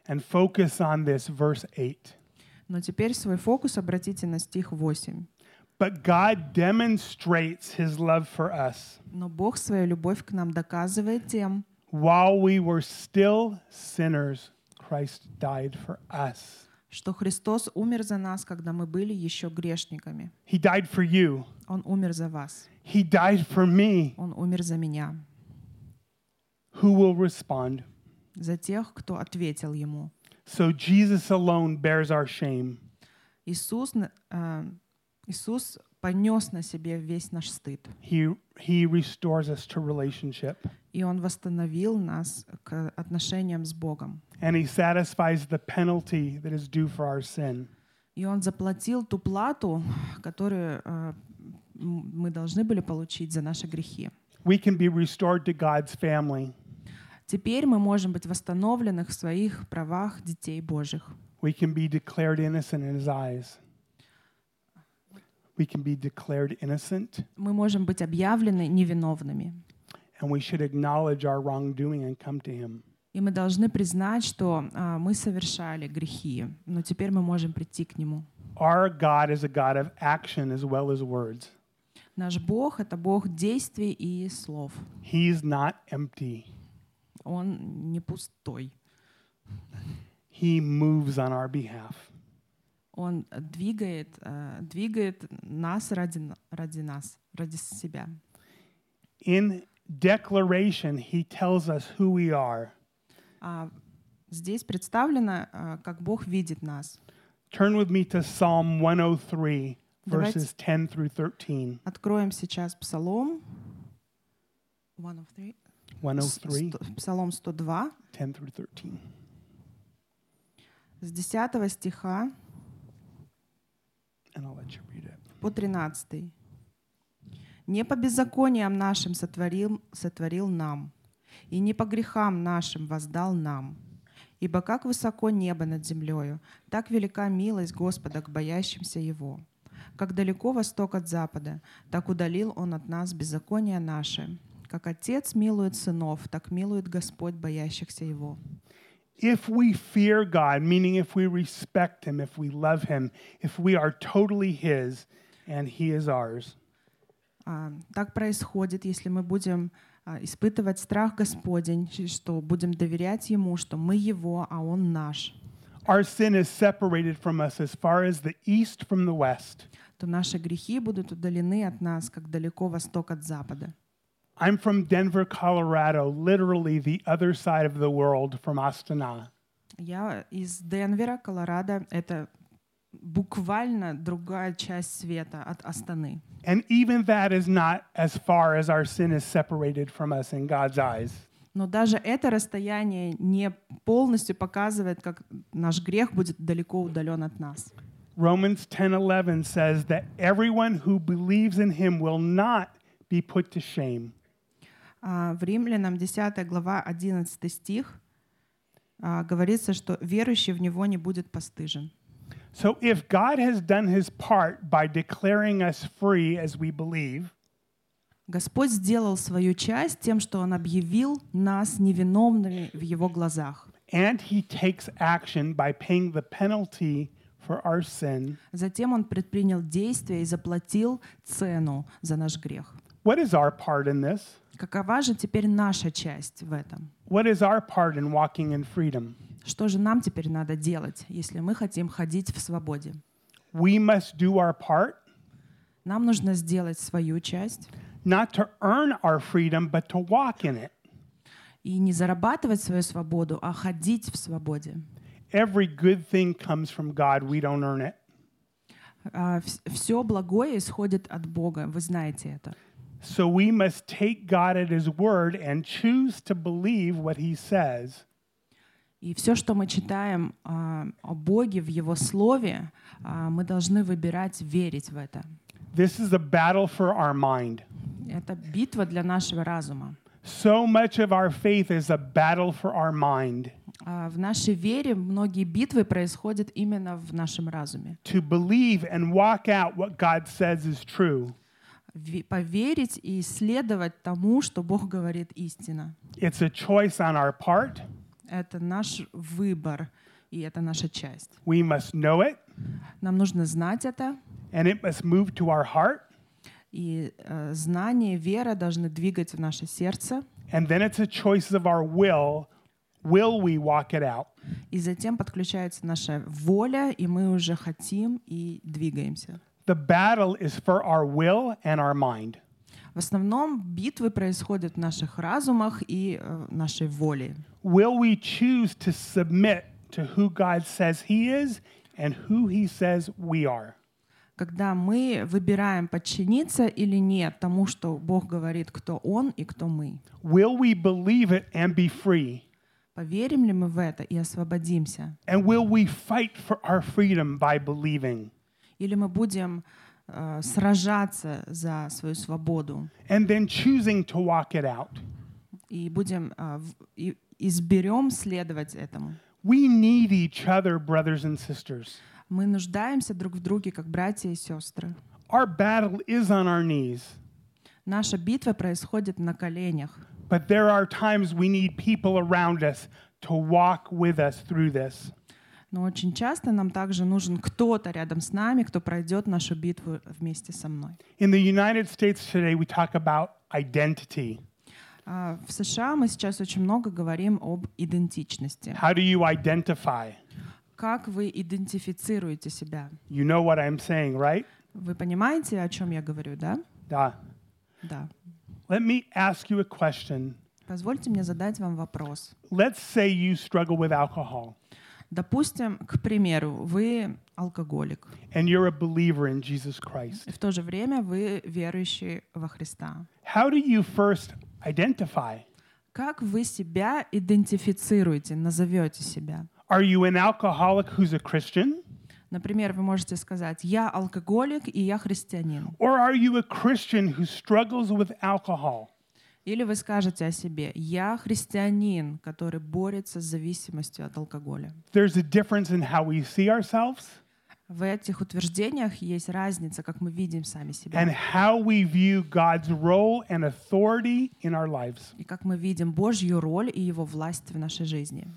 [SPEAKER 1] And focus on this, verse 8.
[SPEAKER 2] Но теперь свой фокус обратите на стих 8.
[SPEAKER 1] But God demonstrates his love for us.
[SPEAKER 2] Но Бог свою любовь к нам доказывает тем,
[SPEAKER 1] While we were still sinners, Christ died for us.
[SPEAKER 2] что Христос умер за нас, когда мы были еще грешниками.
[SPEAKER 1] He died for you,
[SPEAKER 2] Он умер за вас,
[SPEAKER 1] He died for me.
[SPEAKER 2] Он умер за меня,
[SPEAKER 1] who will respond.
[SPEAKER 2] за тех, кто ответил Ему.
[SPEAKER 1] So Jesus alone bears our shame.
[SPEAKER 2] Иисус, на- э, Иисус понес на себе весь наш стыд,
[SPEAKER 1] He, he restores us to relationship
[SPEAKER 2] и Он восстановил нас к отношениям с Богом.
[SPEAKER 1] and he satisfies the penalty that is due for our sin.
[SPEAKER 2] И Он заплатил ту плату, которую э, м- мы должны были получить за наши грехи.
[SPEAKER 1] We can be restored to God's family.
[SPEAKER 2] Теперь мы можем быть восстановлены в своих правах детей Божьих.
[SPEAKER 1] We can be declared innocent in his eyes. We can be declared innocent
[SPEAKER 2] мы можем быть объявлены невиновными.
[SPEAKER 1] and we should acknowledge our wrongdoing and come to him.
[SPEAKER 2] И мы должны признать, что а, мы совершали грехи, но теперь мы можем прийти к Нему.
[SPEAKER 1] Our God is a God of action as well as words.
[SPEAKER 2] Наш Бог — это Бог действий и слов.
[SPEAKER 1] He's not empty.
[SPEAKER 2] Он не пустой.
[SPEAKER 1] He moves on our behalf.
[SPEAKER 2] Он двигает, э, двигает нас ради, н- ради нас, ради себя.
[SPEAKER 1] In declaration, he tells us who we are.
[SPEAKER 2] А здесь представлено, э, как Бог видит нас.
[SPEAKER 1] Turn with me to Psalm 103,
[SPEAKER 2] Давайте.
[SPEAKER 1] verses 10 through 13.
[SPEAKER 2] Откроем сейчас Псалом. One of three. С-
[SPEAKER 1] 103,
[SPEAKER 2] сто- Псалом 102,
[SPEAKER 1] 10 through 13.
[SPEAKER 2] с 10 стиха
[SPEAKER 1] And I'll let you read it.
[SPEAKER 2] по 13. «Не по беззакониям нашим сотворил, сотворил нам, и не по грехам нашим воздал нам. Ибо как высоко небо над землею, так велика милость Господа к боящимся Его. Как далеко восток от запада, так удалил Он от нас беззаконие наше. Как отец милует сынов, так милует Господь боящихся Его».
[SPEAKER 1] If we fear God, meaning if we respect Him, if we love Him, if we are totally His and He is ours,
[SPEAKER 2] А, Так происходит, если мы будем а, испытывать страх Господень, и что будем доверять Ему, что мы Его, а Он наш,
[SPEAKER 1] our sin is separated from us as far as the east from the west.
[SPEAKER 2] то наши грехи будут удалены от нас, как далеко восток от запада.
[SPEAKER 1] I'm from Denver, Colorado, literally the other side of the world from Astana.
[SPEAKER 2] Я из Денвера, Колорадо. Это буквально другая часть света от Астаны.
[SPEAKER 1] And even that is not as far as our sin is separated from us in God's eyes.
[SPEAKER 2] Но даже это расстояние не полностью показывает, как наш грех будет далеко удален от нас.
[SPEAKER 1] Romans 10:11 says that everyone who believes in him will not be put to shame.
[SPEAKER 2] А, В Римлянам 10 глава 11 стих а, говорится, что верующий в него не будет постыжен.
[SPEAKER 1] So if God has done his part by declaring us free as we believe,
[SPEAKER 2] Господь сделал свою часть тем, что Он объявил нас невиновными в Его глазах.
[SPEAKER 1] and he takes action by paying the penalty for our sin,
[SPEAKER 2] Затем Он предпринял действия и заплатил цену за наш грех.
[SPEAKER 1] what is our part in this?
[SPEAKER 2] Какова же теперь наша часть в этом?
[SPEAKER 1] What is our part in walking in freedom?
[SPEAKER 2] Что же нам теперь надо делать, если мы хотим ходить в свободе?
[SPEAKER 1] We must do our part
[SPEAKER 2] Нам нужно сделать свою часть
[SPEAKER 1] not to earn our freedom, but to walk in it.
[SPEAKER 2] и не зарабатывать свою свободу, а ходить в свободе.
[SPEAKER 1] Every good thing comes from God. We don't earn it.
[SPEAKER 2] Все А, благое исходит от Бога, вы знаете это.
[SPEAKER 1] So we must take God at His word and choose to believe what He says
[SPEAKER 2] И все, что мы читаем а, о Боге в Его Слове, а, мы должны выбирать верить в это.
[SPEAKER 1] This is a battle for our mind.
[SPEAKER 2] Это битва для нашего разума.
[SPEAKER 1] So much of our faith is a battle for our mind.
[SPEAKER 2] А в нашей вере многие битвы происходят именно в нашем разуме.
[SPEAKER 1] To believe and walk out what God says is true.
[SPEAKER 2] Ве- Поверить и следовать тому, что Бог говорит истина.
[SPEAKER 1] It's a choice on our part.
[SPEAKER 2] Это наш выбор, и это наша часть.
[SPEAKER 1] We must know it,
[SPEAKER 2] Нам нужно знать это,
[SPEAKER 1] and it must move to our heart.
[SPEAKER 2] и э, знание, вера должны двигать в наше сердце,
[SPEAKER 1] And then it's a choice of our will. Will we walk it out?
[SPEAKER 2] И затем подключается наша воля, и мы уже хотим и двигаемся.
[SPEAKER 1] The battle is for our will and our mind.
[SPEAKER 2] В основном битвы происходят в наших разумах и э, нашей воле.
[SPEAKER 1] Will we choose to submit to who God says He is and who He says we are?
[SPEAKER 2] Когда мы выбираем подчиниться или нет тому, что Бог говорит, кто Он и кто мы.
[SPEAKER 1] Will we believe it and be free?
[SPEAKER 2] Поверим ли мы в это и освободимся?
[SPEAKER 1] And will we fight for our freedom by believing?
[SPEAKER 2] Или мы будем э, сражаться за свою свободу
[SPEAKER 1] And then choosing to walk it out.
[SPEAKER 2] и будем э, в- и- изберем следовать этому?
[SPEAKER 1] We need each other, brothers and sisters.
[SPEAKER 2] Мы нуждаемся друг в друге, как братья и сестры.
[SPEAKER 1] Our battle is on our knees,
[SPEAKER 2] Наша битва происходит на коленях,
[SPEAKER 1] But there are times we need people around us to walk with us through this.
[SPEAKER 2] Но очень часто нам также нужен кто-то рядом с нами, кто пройдет нашу битву вместе со мной.
[SPEAKER 1] In the United States today, we talk about identity.
[SPEAKER 2] А, В США мы сейчас очень много говорим об идентичности.
[SPEAKER 1] How do you identify?
[SPEAKER 2] Как вы идентифицируете себя?
[SPEAKER 1] You know what I'm saying, right?
[SPEAKER 2] Вы понимаете, о чем я говорю, да?
[SPEAKER 1] Duh.
[SPEAKER 2] Да.
[SPEAKER 1] Let me ask you a question.
[SPEAKER 2] Позвольте мне задать вам вопрос.
[SPEAKER 1] Let's say you struggle with alcohol
[SPEAKER 2] Допустим, к примеру, вы алкоголик,
[SPEAKER 1] and you're a believer in Jesus Christ.
[SPEAKER 2] и в то же время вы верующий во Христа.
[SPEAKER 1] How do you first identify?
[SPEAKER 2] Как вы себя идентифицируете, назовете себя?
[SPEAKER 1] Are you an alcoholic who's a Christian?
[SPEAKER 2] Например, вы можете сказать, я алкоголик и я христианин.
[SPEAKER 1] Or are you a Christian who struggles with alcohol?
[SPEAKER 2] Или вы скажете о себе, я христианин, который борется с зависимостью от алкоголя.
[SPEAKER 1] There's a difference in how we see ourselves
[SPEAKER 2] В этих утверждениях есть разница, как мы видим сами себя.
[SPEAKER 1] and how we view God's role and authority in our lives.
[SPEAKER 2] и как мы видим Божью роль и Его власть в нашей жизни.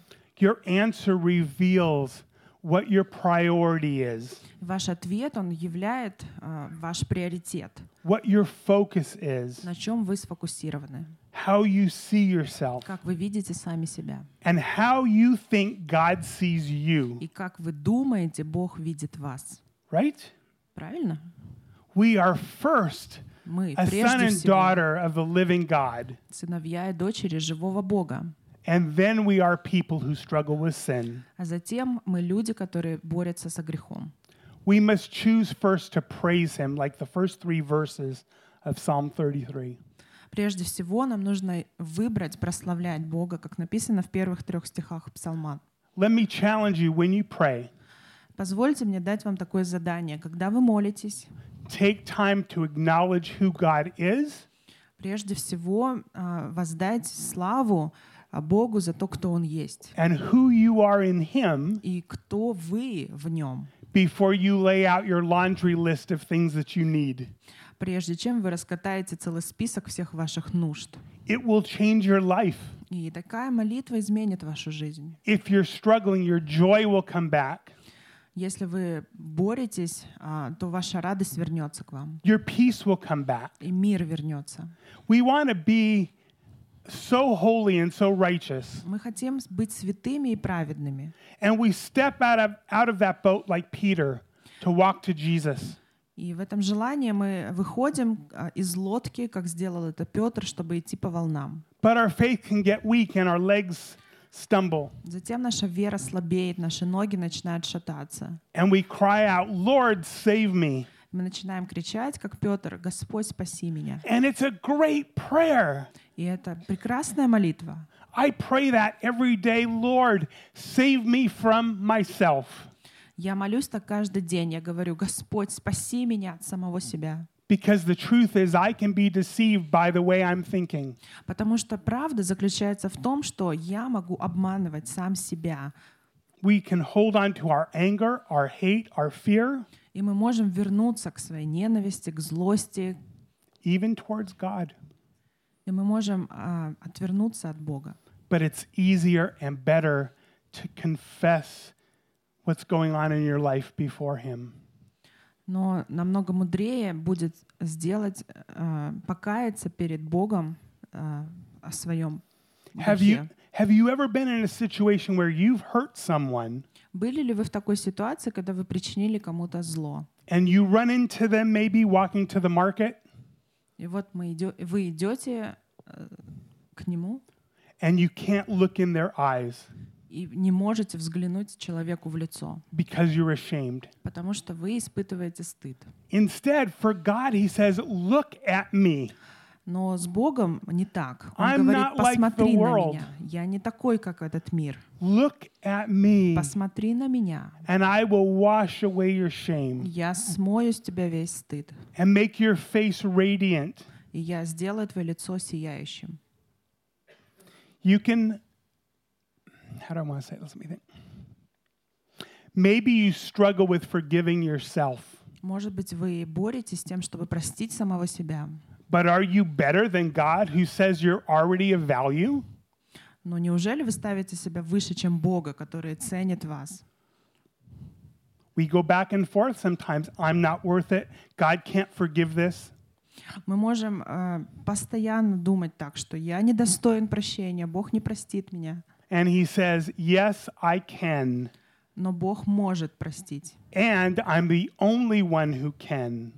[SPEAKER 1] Your answer reveals what your priority is,
[SPEAKER 2] Ваш ответ, он являет а, ваш приоритет,
[SPEAKER 1] what your focus is,
[SPEAKER 2] на чем вы сфокусированы,
[SPEAKER 1] how you see yourself,
[SPEAKER 2] как вы видите сами себя
[SPEAKER 1] and how you think God sees you,
[SPEAKER 2] и как вы думаете, Бог видит вас.
[SPEAKER 1] right?
[SPEAKER 2] Правильно?
[SPEAKER 1] We are first
[SPEAKER 2] Мы
[SPEAKER 1] a son
[SPEAKER 2] прежде
[SPEAKER 1] and
[SPEAKER 2] всего
[SPEAKER 1] daughter of the living God.
[SPEAKER 2] сыновья и дочери живого Бога,
[SPEAKER 1] And then we are people who struggle with sin.
[SPEAKER 2] а затем мы люди, которые борются со грехом.
[SPEAKER 1] We must choose first to praise him, like the first three verses of Psalm 33.
[SPEAKER 2] Прежде всего нам нужно выбрать прославлять Бога, как написано в первых трех стихах Псалма.
[SPEAKER 1] Let me challenge you when you pray,
[SPEAKER 2] Позвольте мне дать вам такое задание. Когда вы молитесь,
[SPEAKER 1] take time to acknowledge who God is
[SPEAKER 2] прежде всего а, воздать славу а, Богу за то, кто Он есть
[SPEAKER 1] and who you are in him
[SPEAKER 2] и кто вы в Нем,
[SPEAKER 1] before you lay out your laundry list of things that you need.
[SPEAKER 2] прежде чем вы раскатаете целый список всех ваших нужд.
[SPEAKER 1] It will change your life.
[SPEAKER 2] И такая молитва изменит вашу жизнь.
[SPEAKER 1] If you're struggling, your joy will come back,
[SPEAKER 2] Если вы боретесь, а, то ваша радость вернется к вам,
[SPEAKER 1] your peace will come back.
[SPEAKER 2] и мир вернется.
[SPEAKER 1] We want to be so holy and so righteous.
[SPEAKER 2] Мы хотим быть святыми и праведными.
[SPEAKER 1] And we step out of, out of that boat like Peter to walk to Jesus.
[SPEAKER 2] И в этом желании мы выходим а, из лодки, как сделал это Петр, чтобы идти по волнам.
[SPEAKER 1] But our faith can get weak and our legs stumble.
[SPEAKER 2] Затем наша вера слабеет, наши ноги начинают шататься.
[SPEAKER 1] And we cry out, Lord, save me.
[SPEAKER 2] Мы начинаем кричать, как Петр, «Господь, спаси меня».
[SPEAKER 1] And it's a great prayer.
[SPEAKER 2] И это прекрасная молитва.
[SPEAKER 1] I pray that every day, Lord, save me from myself.
[SPEAKER 2] Я молюсь так каждый день. Я говорю, «Господь, спаси меня от самого себя».
[SPEAKER 1] Because the truth is, I can be deceived by the way I'm thinking.
[SPEAKER 2] Потому что правда заключается в том, что я могу обманывать сам себя.
[SPEAKER 1] We can hold on to our anger, our hate, our fear,
[SPEAKER 2] И мы можем вернуться к своей ненависти, к злости,
[SPEAKER 1] even towards God.
[SPEAKER 2] и мы можем а, отвернуться от Бога.
[SPEAKER 1] but it's easier and better to confess what's going on in your life before Him.
[SPEAKER 2] Но намного мудрее будет сделать, э, покаяться перед Богом э, о своем
[SPEAKER 1] Have you,
[SPEAKER 2] грехе.
[SPEAKER 1] have you ever been in a situation where you've hurt someone
[SPEAKER 2] Были ли вы в такой ситуации, когда вы причинили кому-то зло?
[SPEAKER 1] and you run into them maybe walking to the market
[SPEAKER 2] И вот мы идё- вы идете э, к нему
[SPEAKER 1] and you can't look in their eyes
[SPEAKER 2] и не можете взглянуть человеку в лицо,
[SPEAKER 1] because you're ashamed?
[SPEAKER 2] потому что вы испытываете стыд.
[SPEAKER 1] Instead, for God, He says, Look at me.
[SPEAKER 2] Но с Богом не так. Он
[SPEAKER 1] I'm not like
[SPEAKER 2] говорит,
[SPEAKER 1] the
[SPEAKER 2] посмотри на
[SPEAKER 1] world.
[SPEAKER 2] меня. Я не такой, как этот мир.
[SPEAKER 1] Look at me,
[SPEAKER 2] Посмотри на меня.
[SPEAKER 1] and I will wash away your shame
[SPEAKER 2] Я смою с тебя весь стыд.
[SPEAKER 1] and make your face radiant.
[SPEAKER 2] и я сделаю твое лицо сияющим.
[SPEAKER 1] you can how do i want to say this let me think maybe you struggle with forgiving yourself
[SPEAKER 2] Может быть, вы боретесь с тем, чтобы простить самого себя.
[SPEAKER 1] But are you better than God who says you're already of value?
[SPEAKER 2] Но неужели вы ставите себя выше, чем Бога, который ценит вас?
[SPEAKER 1] We go back and forth sometimes. I'm not worth it. God can't forgive this.
[SPEAKER 2] Мы можем э, постоянно думать так, что я недостоин прощения, Бог не простит меня.
[SPEAKER 1] And he says, Yes, I can.
[SPEAKER 2] Но Бог может простить.
[SPEAKER 1] And I'm the only one who can.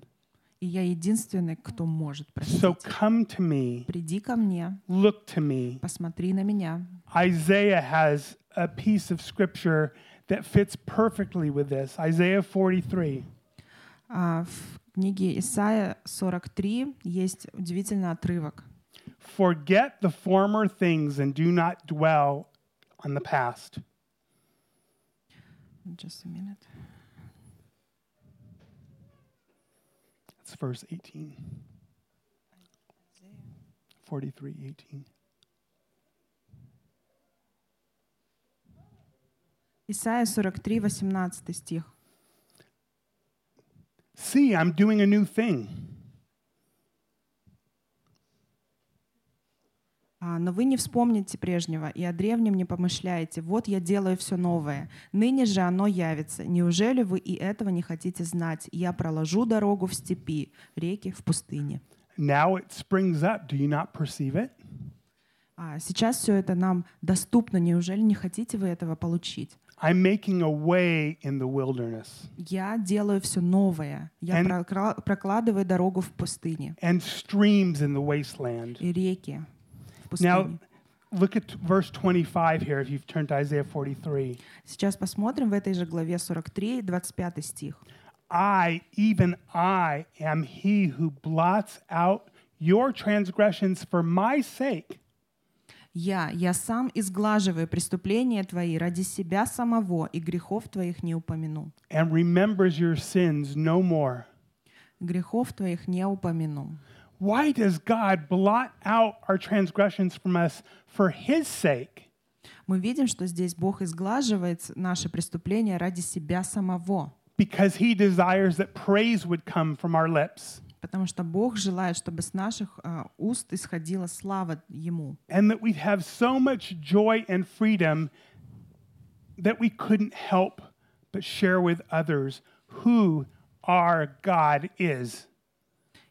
[SPEAKER 2] И я единственный, кто может простить.
[SPEAKER 1] So come to me,
[SPEAKER 2] Приди ко мне,
[SPEAKER 1] look to me.
[SPEAKER 2] посмотри на меня.
[SPEAKER 1] Isaiah has a piece of scripture that fits perfectly with this Isaiah 43.
[SPEAKER 2] А, в книге Исаия 43 есть удивительный отрывок.
[SPEAKER 1] Forget the former things and do not dwell on the past.
[SPEAKER 2] Just a minute.
[SPEAKER 1] That's verse 18. 43 18.
[SPEAKER 2] Исайя 43, 18 стих.
[SPEAKER 1] See, I'm doing a new thing.
[SPEAKER 2] А, «Но вы не вспомните прежнего, и о древнем не помышляете. Вот я делаю все новое. Ныне же оно явится. Неужели вы и этого не хотите знать? Я проложу дорогу в степи, реки в пустыне».
[SPEAKER 1] Now it springs up. Do you not perceive it?
[SPEAKER 2] А сейчас все это нам доступно. Неужели не хотите вы этого получить?
[SPEAKER 1] I'm making a way in the wilderness
[SPEAKER 2] Я делаю все новое. Я
[SPEAKER 1] And-
[SPEAKER 2] прокра- прокладываю дорогу в пустыне
[SPEAKER 1] and streams in the wasteland.
[SPEAKER 2] и реки в пустыне.
[SPEAKER 1] Now, look at verse 25 here if you've turned to Isaiah 43.
[SPEAKER 2] Сейчас посмотрим в этой же главе 43, 25 стих.
[SPEAKER 1] I, even I, am he who blots out your transgressions for my sake.
[SPEAKER 2] Я, я сам изглаживаю преступления твои ради себя самого, и грехов твоих не упомяну.
[SPEAKER 1] and remembers your sins no more.
[SPEAKER 2] Грехов твоих не упомяну.
[SPEAKER 1] Why does God blot out our transgressions from us for his sake?
[SPEAKER 2] Мы видим, что здесь Бог изглаживает наши преступления ради себя самого,
[SPEAKER 1] Because he desires that praise would come from our lips
[SPEAKER 2] потому что Бог желает, чтобы с наших а, уст исходила слава Ему,
[SPEAKER 1] and that we'd have so much joy and freedom that we couldn't help but share with others who our God is.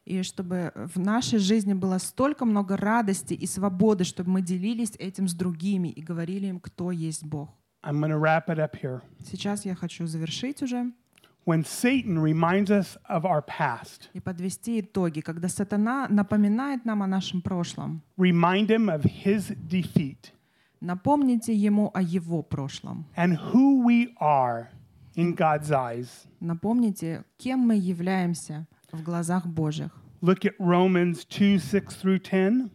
[SPEAKER 2] и чтобы в нашей жизни было столько много радости и свободы, чтобы мы делились этим с другими и говорили им, кто есть Бог.
[SPEAKER 1] I'm going to wrap it up here.
[SPEAKER 2] Сейчас я хочу завершить уже.
[SPEAKER 1] When Satan reminds us of our past,
[SPEAKER 2] и подвести итоги, когда сатана напоминает нам о нашем прошлом.
[SPEAKER 1] remind him of his defeat.
[SPEAKER 2] Напомните ему о его прошлом.
[SPEAKER 1] and who we are in God's eyes.
[SPEAKER 2] Напомните, кем мы являемся в глазах Божьих.
[SPEAKER 1] Look at Romans 2 6 through 10.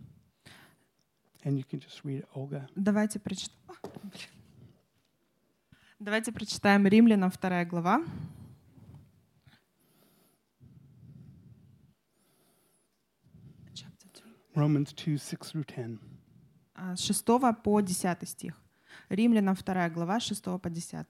[SPEAKER 1] And you can just read it, Olga.
[SPEAKER 2] Давайте прочитаем. Давайте прочитаем Римлянам 2 глава. Chapter two.
[SPEAKER 1] Romans 2 6 through 10.
[SPEAKER 2] А, с 6 по 10 стих. Римлянам 2 глава, с 6 по 10.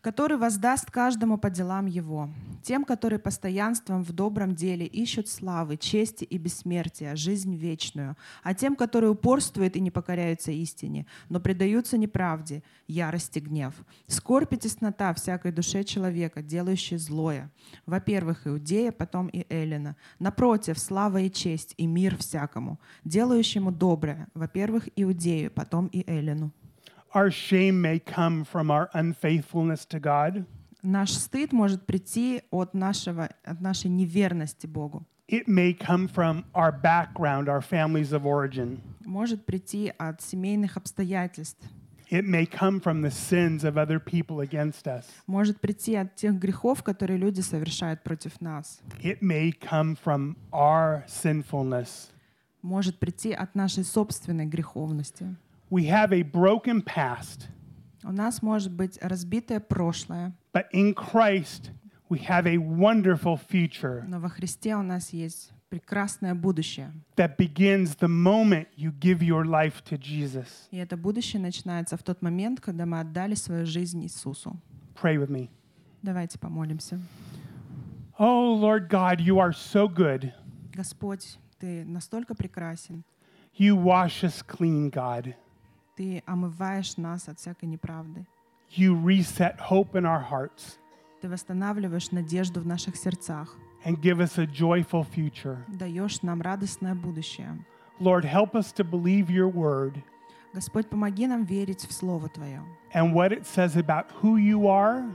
[SPEAKER 2] «Который воздаст каждому по делам его, тем, которые постоянством в добром деле ищут славы, чести и бессмертия, жизнь вечную, а тем, которые упорствуют и не покоряются истине, но предаются неправде, ярости гнев. Скорбь и теснота всякой душе человека, делающей злое. Во-первых, Иудея, потом и Эллина. Напротив, слава и честь, и мир всякому, делающему доброе. Во-первых, Иудею, потом и Эллину.
[SPEAKER 1] Our shame may come from our unfaithfulness to God,
[SPEAKER 2] Наш стыд может прийти от, нашего, от нашей неверности Богу.
[SPEAKER 1] it may come from our background, our families of origin,
[SPEAKER 2] Может прийти от семейных обстоятельств.
[SPEAKER 1] it may come from the sins of other people against us,
[SPEAKER 2] Может прийти от тех грехов, которые люди совершают против нас.
[SPEAKER 1] it may come from our sinfulness.
[SPEAKER 2] Может прийти от нашей собственной греховности.
[SPEAKER 1] We have a broken past.
[SPEAKER 2] У нас может быть разбитое прошлое,
[SPEAKER 1] But in Christ, we have a wonderful future
[SPEAKER 2] но во Христе у нас есть прекрасное будущее.
[SPEAKER 1] that begins the moment you give your life to Jesus.
[SPEAKER 2] И это будущее начинается в тот момент, когда мы отдали свою жизнь Иисусу.
[SPEAKER 1] Pray with me.
[SPEAKER 2] Давайте помолимся.
[SPEAKER 1] Oh, Lord God, you are so good.
[SPEAKER 2] Господь, Ты настолько прекрасен.
[SPEAKER 1] You wash us clean, God.
[SPEAKER 2] Ты омываешь нас от всякой неправды.
[SPEAKER 1] You reset hope in our hearts
[SPEAKER 2] Ты восстанавливаешь надежду в наших сердцах.
[SPEAKER 1] and give us a joyful future.
[SPEAKER 2] Даешь нам радостное будущее.
[SPEAKER 1] Lord, help us to believe your word
[SPEAKER 2] Господь, помоги нам верить в Слово Твое
[SPEAKER 1] and what it says about who you are,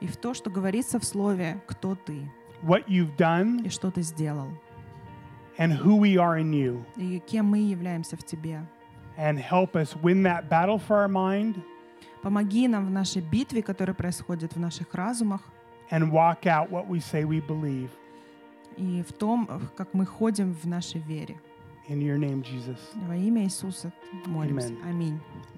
[SPEAKER 2] и в то, что говорится в Слове «Кто ты?»
[SPEAKER 1] what you've done,
[SPEAKER 2] и «Что ты сделал?»
[SPEAKER 1] and who we are in you.
[SPEAKER 2] и кем мы являемся в Тебе.
[SPEAKER 1] And help us win that battle for our mind
[SPEAKER 2] Помоги нам в нашей битве, которая происходит в наших разумах,
[SPEAKER 1] and walk out what we say we believe.
[SPEAKER 2] и в том, э, как мы ходим в нашей вере.
[SPEAKER 1] In your name, Jesus.
[SPEAKER 2] Во имя Иисуса молимся.
[SPEAKER 1] Amen.
[SPEAKER 2] Аминь.